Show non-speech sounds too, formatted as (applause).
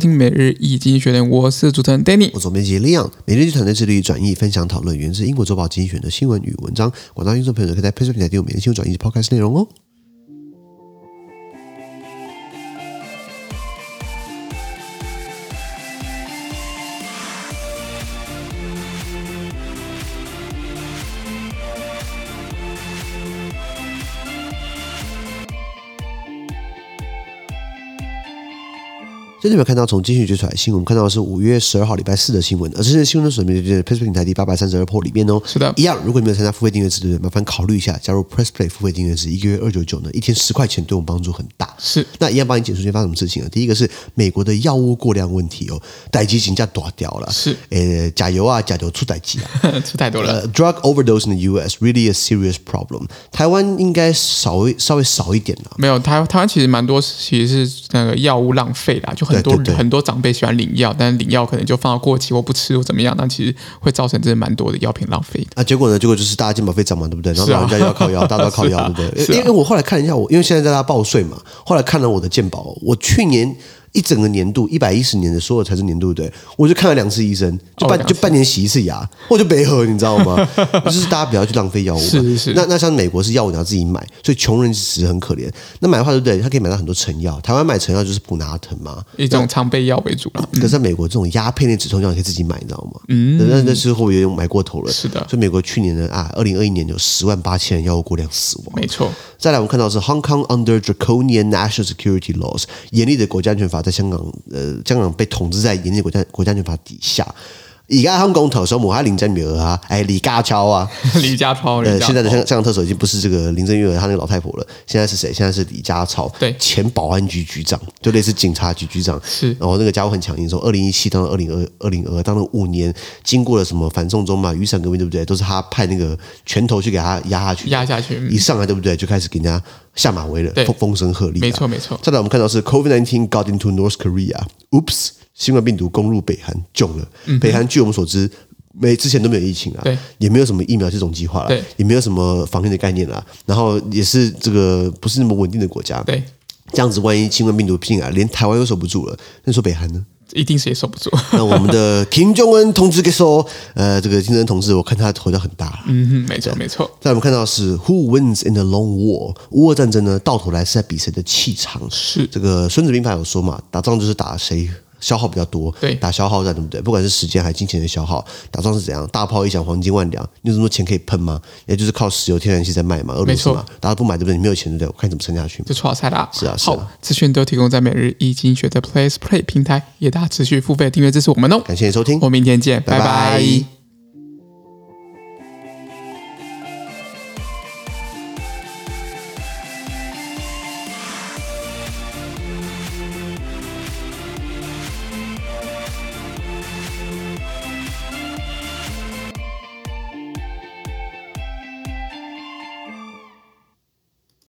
听每日易经学人，我是主持人 Danny 我。总编辑 Leon，每日剧团在这里转译、分享、讨论源自英国《周报》精选的新闻与文章。广大听众朋友可以在 Facebook 平台订阅每日新闻转译及 Podcast 内容哦。这里面看到从精选局出来的新闻，我们看到的是五月十二号礼拜四的新闻，而这些新闻的水平就是 Facebook 平台第八百三十二破里面哦。是的一样，如果你没有参加付费订阅制，对不对？麻烦考虑一下加入 Press Play 付费订阅制，一个月二九九呢，一天十块钱对我们帮助很大。 (laughs) 是那一样帮你解释今天发生什么事情啊？第一个是美国的药物过量问题哦，逮鸡警价多掉了，是呃甲油啊，甲油出逮鸡啊。出太多了，呃，drug overdose in the U.S. really a serious problem。台湾应该稍微稍微少一点啦，没有台台湾其实蛮多，其实是那个药物浪费啦，就很多对对对很多长辈喜欢领药，但是领药可能就放到过期或不吃或怎么样，那其实会造成真的蛮多的药品浪费的。啊，结果呢？结果就是大家健保费涨嘛，对不对？然后是啊老人家又要 (laughs) 靠药，大家都要靠药，是啊对不是对？啊因为我后来看了一下我，因为现在在家报税嘛，后来看了我的健保，我去年一整个年度一百一十年的所有财政年度，对不对，我就看了两次医生，就哦半、两次就半年洗一次牙，我就没喝，你知道 (laughs) 吗？就是大家不要去浪费药物嘛。是是是那那像美国是药物你要自己买，所以穷人其实很可怜。那买的话，对不对？他可以买到很多成药，台湾买成药就是普拿疼嘛，一种常备药为主啦，可是在美国这种鸦片类止痛药你可以自己买，你知道吗？嗯，那那时候有点买过头了。是的所以美国去年呢啊，二零二一年有十万八千人药物过量死亡。没错， (laughs) 再来，我们看到的是 Hong Kong under draconian national security laws，严厉的国家安全法在香港，呃，香港被统治在严厉的国家国家安全法底下。而家香港特首冇喺林郑月娥啊，哎，李家超啊，李家超，李呃，家现在的超香香港特首已经不是这个林郑月娥她那个老太婆了，现在是谁？现在是李家超，对前保安局局长，就类似警察局局长。是然后那个家伙很强硬，从二零一七当到二零二二零二，当了五年，经过了什么反送中嘛、雨伞革命，对不对？都是他派那个拳头去给他压下去，压下去嗯一上来对不对？就开始给人家下马威了对，风风声鹤唳、啊。没错没错再来，我们看到是 COVID-19 got into North Korea，Oops，新冠病毒攻入北韩，囧了。北韩据我们所知，没之前都没有疫情啊，嗯对也没有什么疫苗接种计划对了，也没有什么防疫的概念啦，然后也是这个不是那么稳定的国家，对，这样子万一新冠病毒进来，连台湾都守不住了，那说北韩呢？一定谁也受不住。那我们的 (laughs) 金正恩同志给说，呃，这个金正恩同志，我看他头像很大了。 (laughs) 嗯哼，没错没错，再来我们看到的是 Who wins in the long war？乌俄战争呢，到头来是在比谁的气场。是这个《孙子兵法》有说嘛，打仗就是打谁消耗比较多，对打消耗战，对不对？不管是时间还是金钱的消耗，打仗是怎样？大炮一响，黄金万两，你有这么多钱可以喷吗？也就是靠石油、天然气在卖嘛，俄罗斯没嘛，大家不买，对不对？你没有钱，对不对？我看你怎么撑下去嘛。就出好赛啦。是啊是啊好，资讯都提供在每日易经学的 Place Play 平台，也大家持续付费订阅支持我们哦。感谢你收听，我们明天见，拜拜拜拜